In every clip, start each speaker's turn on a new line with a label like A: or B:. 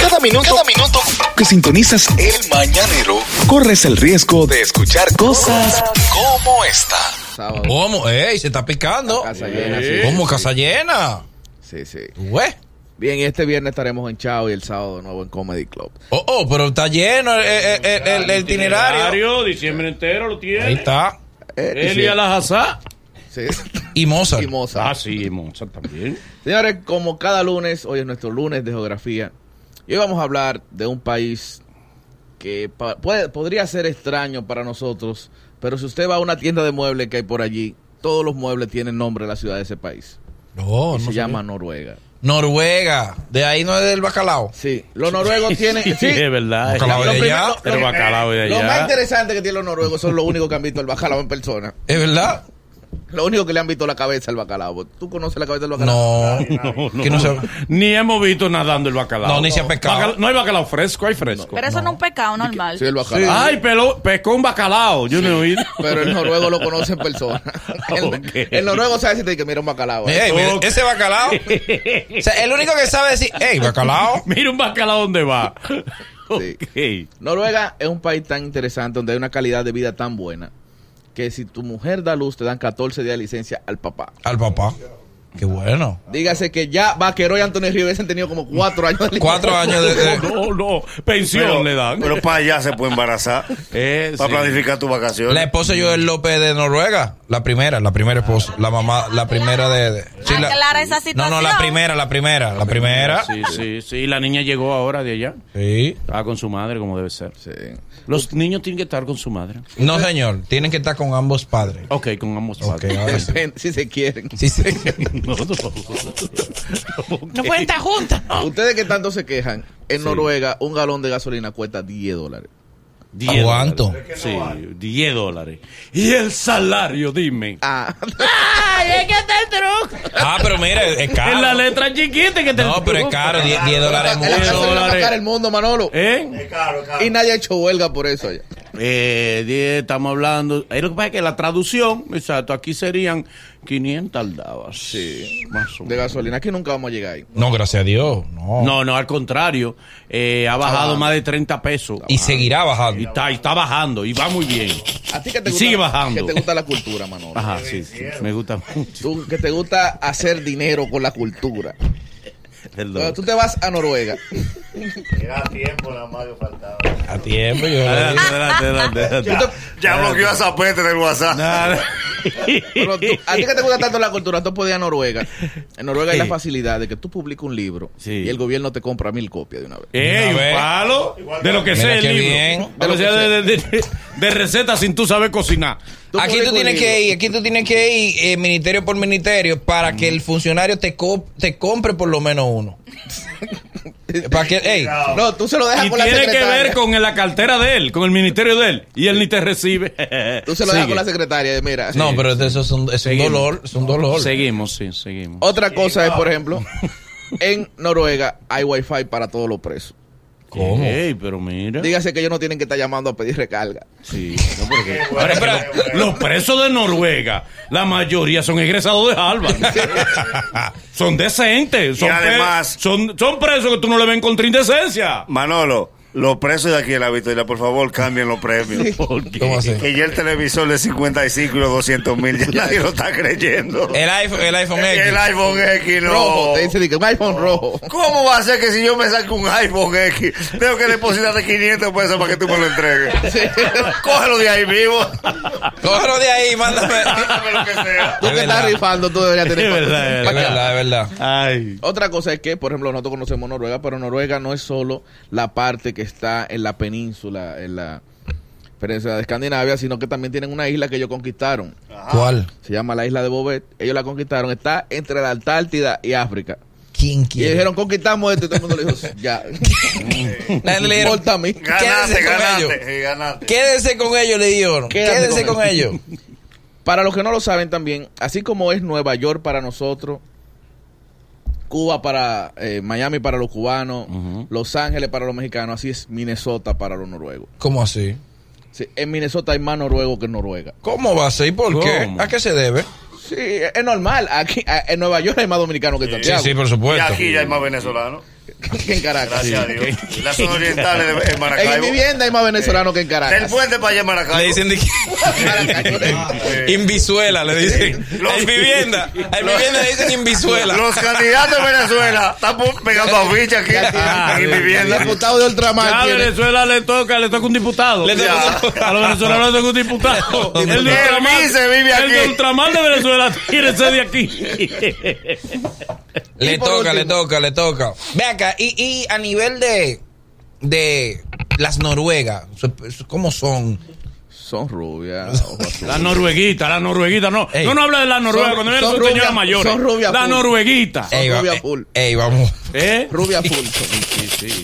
A: Cada minuto, cada minuto que sintonizas el mañanero, corres el riesgo de escuchar cosas como esta.
B: Sábado.
C: Oh,
B: ¿Cómo? ¡Ey! Se está picando.
D: Casa llena, sí.
C: eh.
B: ¿Cómo casa llena?
D: Sí, sí.
B: Güey.
D: Bien, y este viernes estaremos en Chao y el sábado de nuevo en Comedy Club.
B: Oh, oh, pero está lleno el, el- el- el- el itinerario.
C: Diciembre entero lo tiene.
B: Ahí está.
D: Eh,
C: Elia Lajazá.
D: sí,
B: Y Mozart.
D: y Mozart.
C: Ah, sí, Monza también.
D: Señores, como cada lunes, hoy es nuestro lunes de geografía. Y hoy vamos a hablar de un país que pa- puede- podría ser extraño para nosotros, pero si usted va a una tienda de muebles que hay por allí, todos los muebles tienen nombre de la ciudad de ese país.
B: No, no
C: Oh,
D: Y se
B: sé.
D: llama Noruega.
B: Noruega. De ahí no es del bacalao.
D: Sí, los noruegos tienen...
C: Sí,
D: sí,
C: es verdad.
B: Bacalao
D: Lo
B: de
D: primero-
B: allá.
D: lo-
C: El bacalao de
D: Lo más
C: allá.
D: interesante que tienen los noruegos son los únicos que han visto el bacalao en persona.
B: ¿Es verdad?
D: Lo único que le han visto la cabeza al bacalao. ¿Tú conoces la cabeza del bacalao?
B: No.
C: No, no.
B: Que no se-
C: Ni hemos visto nadando el bacalao.
B: No, ni se ha pescado.
C: Bacala- no hay bacalao fresco, hay fresco.
E: Pero eso no es un pecado normal.
D: Sí, el bacalao.
C: Ay, pero pescó un bacalao. Yo no he oído.
D: Pero el noruego lo conoce en persona. El,
C: Ok.
D: el noruego sabe si te dice, mira un bacalao. ¿eh?
B: Ey, mira, ese bacalao. O sea, el único que sabe decir, ¡Ey, bacalao!
C: Mira un bacalao donde va. Ok.
D: Noruega es un país tan interesante donde hay una calidad de vida tan buena que si tu mujer da luz te dan 14 días de licencia al papá.
B: Al papá. Qué bueno.
D: Dígase que ya Vaquero y Antonio Rivers han tenido como cuatro años de licencia.
B: Cuatro años de. de-
C: No, no. Pensión
F: Pero,
C: le dan.
F: pero para allá se puede embarazar.
C: Eh,
F: Para
C: sí.
F: planificar tu vacación.
B: La esposa de Joel López de Noruega, la primera, la primera esposa, la mamá, la primera de... de- la-
E: Aclara Ah, esa
B: no,
E: situación.
B: no, la primera, la primera, la primera.
C: Sí, sí, sí. Y La niña llegó ahora de allá.
B: Sí.
C: Estaba con su madre, como debe ser.
D: Sí.
C: Los niños tienen que estar con su madre.
B: No, señor, tienen que estar con ambos padres.
C: Ok, con ambos
B: Ok,
C: padres.
B: ahora Ah, sí.
D: Depende, si se quieren.
B: Sí, sí.
C: No, no.
E: No pueden estar juntas.
D: Ustedes que tanto se quejan, en Noruega un galón de gasolina cuesta 10 dólares.
C: Diez
B: ¿Cuánto?
C: dólares. Sí, 10 dólares. Y el salario, dime.
D: Ah,
E: Ay, es que está el truco.
B: Ah, pero mire, es
C: En la
B: caro.
C: letra chiquita que te
B: No, pero es caro, 10 dólares es
D: es la
C: diez
B: mucho.
D: gasolina más
C: dólares.
D: cara del mundo, Manolo.
C: ¿Eh?
F: Es caro, es caro.
D: Y nadie ha hecho huelga por eso allá.
C: Eh, diez, estamos hablando. Ahí lo que pasa es que la traducción, exacto, aquí serían 500 aldabas.
D: Sí.
C: Más o
D: De
C: menos.
D: gasolina, que nunca vamos a llegar ahí.
B: No, gracias a Dios, no. Ah.
C: No, no, al contrario. eh, ha bajado
D: bajando.
C: más de 30 pesos.
B: Y seguirá
C: Y
B: bajando.
C: está, y está bajando y va muy bien.
D: A ti que te
C: Y
D: gusta,
C: sigue bajando.
D: Que te gusta la cultura, Manolo.
C: Ajá, sí, sí, me gusta mucho.
D: Tú que te gusta hacer dinero con la cultura. Cuando
C: Perdón.
D: tú te vas a Noruega.
F: Era tiempo nada más que faltaba.
B: A tiempo, yo le
C: Adelante,
B: digo.
C: adelante, adelante, adelante.
F: Ya bloqueó a Zapete del WhatsApp.
D: pero tú- a ti que te gusta tanto la cultura, tú puedes ir a Noruega. En Noruega hay la
C: Sí.
D: facilidad de que tú publicas un libro
C: Sí.
D: y el gobierno te compra mil copias de una vez.
C: ¡Ey,
B: Una vez.
C: un palo! De lo que
B: Mira
C: sea el
B: qué
C: libro.
B: bien.
C: De, lo que sea de, de- de- de recetas sin tú saber cocinar.
B: Aquí
D: publicas
B: tú
D: un
B: tienes
D: libro.
B: que ir, aquí tú tienes que ir eh, ministerio por ministerio para que el funcionario te, co- te compre por lo menos uno. para que, ey,
D: No, tú se lo dejas
C: Y
D: con la
C: tiene que
D: secretaria.
C: ver con la cartera de él, con el ministerio de él. Y él ni te recibe.
D: Tú se lo dejas
C: Sigue.
D: con la secretaria. Mira.
B: no, pero eso es un, es un
C: Seguimos.
B: dolor, es un dolor.
C: Seguimos, sí, seguimos.
D: Otra cosa es, por ejemplo, en Noruega hay wifi para todos los presos.
B: ¿Cómo?
C: Ey, pero mira.
D: Dígase que ellos no tienen que estar llamando a pedir recarga.
C: Sí, no, porque-
B: Ahora, espera,
C: Los presos de Noruega, la mayoría son egresados de Harvard. son decentes. Son,
F: Y además-
C: pre- son, son presos que tú no le ven contra indecencia.
F: Manolo, los presos de aquí de la Victoria, por favor, cambien los premios.
B: ¿Cómo así?
F: Que ya el televisor de 55 y los 200 mil, ya nadie lo está creyendo.
B: El iPhone, el iPhone
F: El,
B: Eh, X.
F: iPhone X, no.
D: Rojo, te dice di que un iPhone rojo.
F: ¿Cómo va a ser que si yo me saco un iPhone X, tengo que depositarle 500 pesos para que tú me lo entregues? Cógelo de ahí vivo.
B: Cógelo de ahí, mándame.
F: Hágame lo que sea.
D: Tú
B: Es
D: que estás
B: verdad.
D: rifando, tú deberías tener.
C: Es verdad,
B: es verdad, es verdad.
C: Ay.
D: Otra cosa es que, por ejemplo, nosotros conocemos Noruega, pero Noruega no es solo la parte que está en la península, en la península de Escandinavia, sino que también tienen una isla que ellos conquistaron.
B: ¿Cuál?
D: Se llama la isla de Bobet. Ellos la conquistaron. Está entre la Antártida y África.
B: ¿Quién
D: Y ellos
B: quiere?
D: dijeron, conquistamos esto. Y todo el mundo le dijo, ya.
B: La gente le
D: No
B: dijeron,
D: importa a mí.
B: Quédense
F: Ganaste,
B: con
F: ganaste,
B: ellos.
F: sí, ganaste.
B: Quédense con ellos, le dijeron.
D: Quédate
B: Quédense
D: con
B: con ellos.
D: Para los que no lo saben también, así como es Nueva York para nosotros, Cuba para eh, Miami para los cubanos, Los Ángeles para los mexicanos, así es Minnesota para los noruegos.
B: ¿Cómo así?
D: Sí, en Minnesota hay más noruego que en Noruega.
B: ¿Cómo va a ser? ¿Y por qué?
C: ¿Cómo?
B: ¿A qué se debe?
D: Sí, es normal. Aquí a- en Nueva York hay más dominicanos que en Santiago.
B: por
F: Y
B: supuesto.
F: aquí ya hay más venezolanos.
D: que en Caracas.
F: Gracias
D: Sí.
F: a Dios. Las zonas orientales de en
D: En
F: Maracaibo.
D: mi vivienda hay más venezolanos que en
F: Del Ah,
D: Caracas.
F: puente para allá en Maracaibo.
B: Le dicen de que-
D: Eh,
B: Invisuela, le dicen.
F: Los-
B: En vivienda. En vivienda le dicen Invisuela.
F: Los candidatos de Venezuela están pu- pegando a ficha aquí,
D: Ah,
F: en mi
D: El
F: vivienda.
D: diputado de
C: A
D: Ultramar. tiene-
C: Venezuela le toca, le toca un diputado.
B: Le toca un-
C: a los venezolanos le toca un diputado. El de
F: El vice vive
C: El de
F: aquí.
C: Ultramar de Venezuela, tírese de aquí.
B: Le
D: Y por
B: toca,
D: último-
B: le toca, le toca. Ve acá, y, y a nivel de, de las noruegas, su- su- ¿cómo son?
D: Son rubias. ojos azules.
C: La norueguita, la norueguita, no.
B: Ey.
C: No, no habla de la noruega
D: Son-
C: cuando viene
D: son
C: su señora
D: rubia-
C: mayor.
D: son rubia
C: La
D: full.
C: norueguita.
B: Ey, va-
D: rubia
B: eh,
D: full.
B: ey, vamos.
C: ¿Eh?
D: Rubia full. son.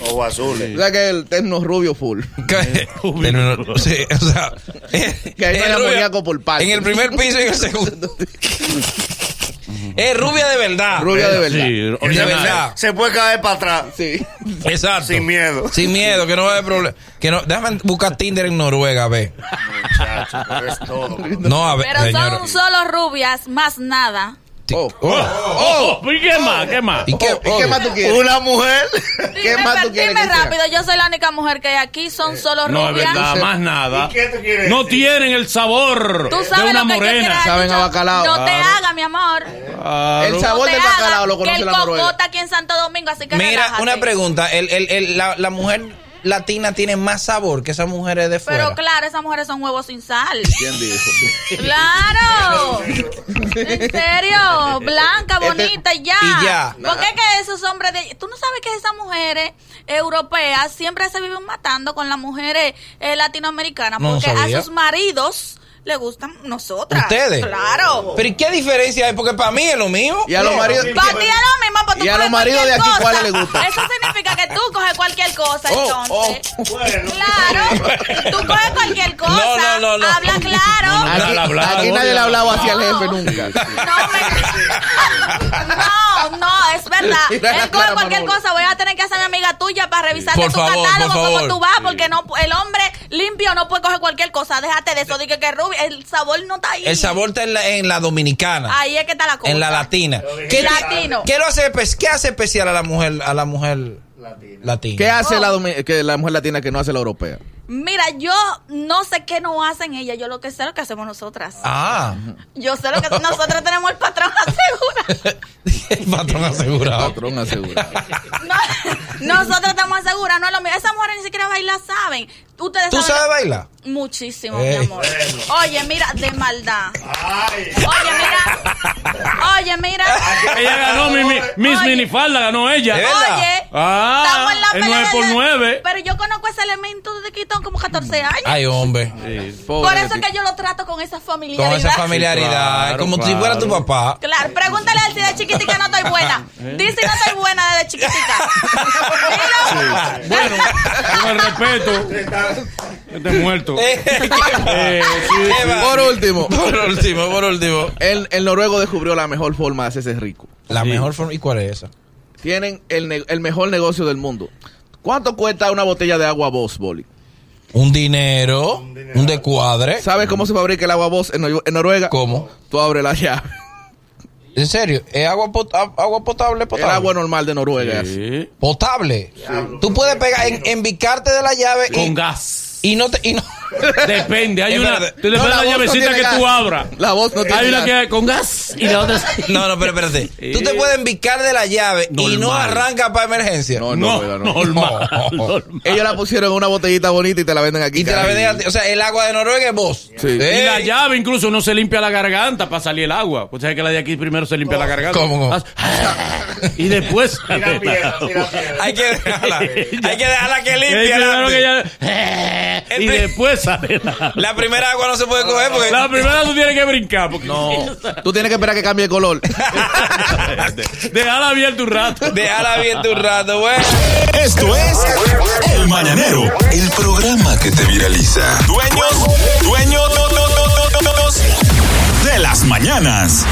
F: Ojos azules.
D: O sea que el término rubio full.
B: ¿Qué?
C: rubia.
B: Pero, sí, o sea,
D: Que ahí no
B: es
D: hay
B: rubia
D: amoníaco por parte.
B: En el primer piso y en el segundo. es rubia de verdad.
D: Rubia de verdad.
C: Sí,
B: de
C: original.
B: verdad.
F: Se puede caer para atrás.
D: Sí.
B: Exacto.
F: Sin miedo.
B: Sin miedo, que no va a haber problema. Que no, déjame buscar Tinder en Noruega, ve.
F: Muchacho, pero es todo.
B: No, a ver,
E: Pero
B: señora.
E: son solo rubias, más nada.
D: Oh.
C: Oh, oh, ¿y qué más? ¿Qué más?
B: ¿Y qué,
D: ¿Y qué más tú quieres?
F: Una mujer.
E: Dime,
D: más tú
E: pero
D: quieres
E: dime
D: que sea? Eh,
E: rápido, yo soy la única mujer que hay aquí, son solo
C: No, es
E: rubias.
C: verdad, más nada.
F: ¿Y qué tú quieres
C: No
F: decir?
C: tienen el sabor
E: Tú
C: de
E: sabes
C: una
E: lo que yo quiero
C: morena. Ah,
E: haber
D: Saben
E: dicho.
D: a bacalao.
E: No te
C: Claro.
E: hagas, mi amor.
C: Claro.
D: El sabor
E: no te
D: del
E: hagas,
D: bacalao lo
E: que
D: conoce
E: el
D: la
E: cocota
D: noruega.
E: está aquí en Santo Domingo, así que
B: Mira,
E: relájate.
B: una pregunta. El, el, el- la, la mujer latina tiene más sabor que esas mujeres de fuera.
E: Pero claro, esas mujeres son huevos sin sal.
D: ¿Quién dijo?
E: ¡Claro! ¿En serio? Blanca, bonita, y ya.
B: y ya.
E: Porque es que esos hombres de... Tú no sabes que esas mujeres europeas siempre se viven matando con las mujeres eh, latinoamericanas.
B: No
E: Porque
B: sabía.
E: a sus maridos le gustan nosotras.
B: ¿Ustedes?
E: Claro.
B: Pero ¿y qué diferencia hay? Porque para mí es lo mío.
D: Y a los maridos.
E: Para ti es lo mismo, para tú
D: Y a
E: coges
D: los maridos de
E: cualquier
D: aquí,
E: cosa.
D: ¿cuáles les gusta?
E: Eso significa que tú coges cualquier cosa,
D: Oh, oh.
E: entonces. Claro, tú coges cualquier cosa.
B: No, no, no, no.
E: Habla claro.
C: no,
D: Aquí,
C: Al hablar,
D: aquí
C: obvio.
D: nadie le ha hablado hacia el
E: No.
D: jefe nunca.
E: No, me- no, no, es verdad.
D: Mira la
E: Él coge
D: cara,
E: cualquier
D: Manolo.
E: cosa. Voy a tener que hacer mi amiga tuya para revisar
B: Por
E: tu
B: favor, por
E: catálogo
B: favor.
E: cómo tú vas, porque no, el hombre limpio no puede coger cualquier cosa. Déjate de eso. Dije que Ruby, el sabor no está ahí.
B: El sabor está en la, en la dominicana.
E: Ahí es que está la cosa.
B: en la latina. ¿Qué,
E: Latino.
B: ¿qué lo hace, espe- ¿Qué hace especial a la mujer, a la mujer latina?
D: ¿Qué hace la, domi- que la mujer latina que no hace la europea?
E: Mira, yo no sé qué no hacen ellas. Yo lo que sé es lo que hacemos nosotras.
B: Ah,
E: Yo sé lo que nosotros tenemos el patrón asegurado.
B: el patrón asegurado.
D: Patrón asegurado.
E: No, nosotros estamos asegurados. No es lo mismo. Esas mujeres ni siquiera bailar saben. Ustedes
B: ¿Tú
E: saben
B: sabes bailar?
E: Muchísimo,
B: Ey.
E: mi amor. Oye, mira, de maldad.
F: Ay.
E: Oye, mira. Oye, mira.
C: Ella ganó mi, mi- Miss
E: Oye.
C: Minifalda, ganó ella.
B: ¿Eh?
E: Oye.
C: Ah,
E: estamos en la
C: es
E: pelea
C: nueve por
E: del-
C: nueve.
E: Pero yo conozco ese elemento desde que tengo como 14 años.
B: Mm. Ay, hombre.
E: Por eso es que yo lo trato con esa familiaridad.
B: Con esa familiaridad.
C: Claro,
B: como si
C: claro.
B: fuera tu papá.
E: Claro, pregúntale a él si de chiquitica no estoy buena.
C: Eh.
E: Dice si no estoy buena desde chiquitica. Dilo.
C: Bueno, con el respeto, este muerto.
D: Eh.
C: Eh,
B: Qué va-
D: Por último,
B: Por último, por último.
D: el, el noruego descubrió la mejor forma de hacerse rico.
B: La mejor forma. ¿Y cuál es esa?
D: Tienen el, ne- el mejor negocio del mundo. ¿Cuánto cuesta una botella de agua Boss, Boli?
B: Un dinero, un descuadre.
D: ¿Sabes cómo se fabrica el agua Boss en, Nor- en Noruega?
B: ¿Cómo?
D: Tú abres la llave.
B: ¿En serio? ¿Es agua, pot- a- agua potable,
D: El
B: potable?
D: agua normal de Noruega. es así.
C: sí.
B: potable. Tú puedes pegar, en, envicarte de la llave
C: Con
B: y,
C: gas.
B: y no te... Y no,
C: Depende, hay
B: Es
C: una.
B: verdad.
C: Tú le
D: No,
C: pones
D: la
C: la,
D: voz no
C: llavecita
D: tiene
C: que
D: gas.
C: tú abras.
D: La voz no tiene
C: Hay una
D: gas.
C: que es con gas y la otra es-
B: no, no, pero espérate. Tú te puedes envicar de la llave y no
C: Normal.
B: arranca para emergencia. Oh,
D: No,
C: No,
D: en Noruega no.
C: normal.
B: No.
C: normal.
D: Ellos la pusieron en una botellita bonita y te la venden aquí.
B: Y te la
D: cariño.
B: venden a ti. O sea, el agua de Noruega es vos.
D: Sí.
B: Ey.
C: Y la llave incluso no se limpia la garganta para salir el agua. O sea que la de aquí primero se limpia la garganta.
B: ¿Cómo, cómo?
C: Haz- Y después.
F: Tira piedra, tira piedra.
B: Hay que dejarla. Hay que dejarla que
C: Es
B: limpie.
C: primero
B: adelante.
C: que ya-
B: El
C: y
B: pri-
C: después sale el agua.
B: La primera agua no se puede coger porque...
C: La primera tú tienes que brincar. Porque no.
D: Tú tienes que esperar que cambie de color.
C: Dejala abierta un rato.
B: Déjala abierta un rato, bueno.
A: Esto es El Mañanero, el programa que te viraliza. Dueños, dueños de las mañanas.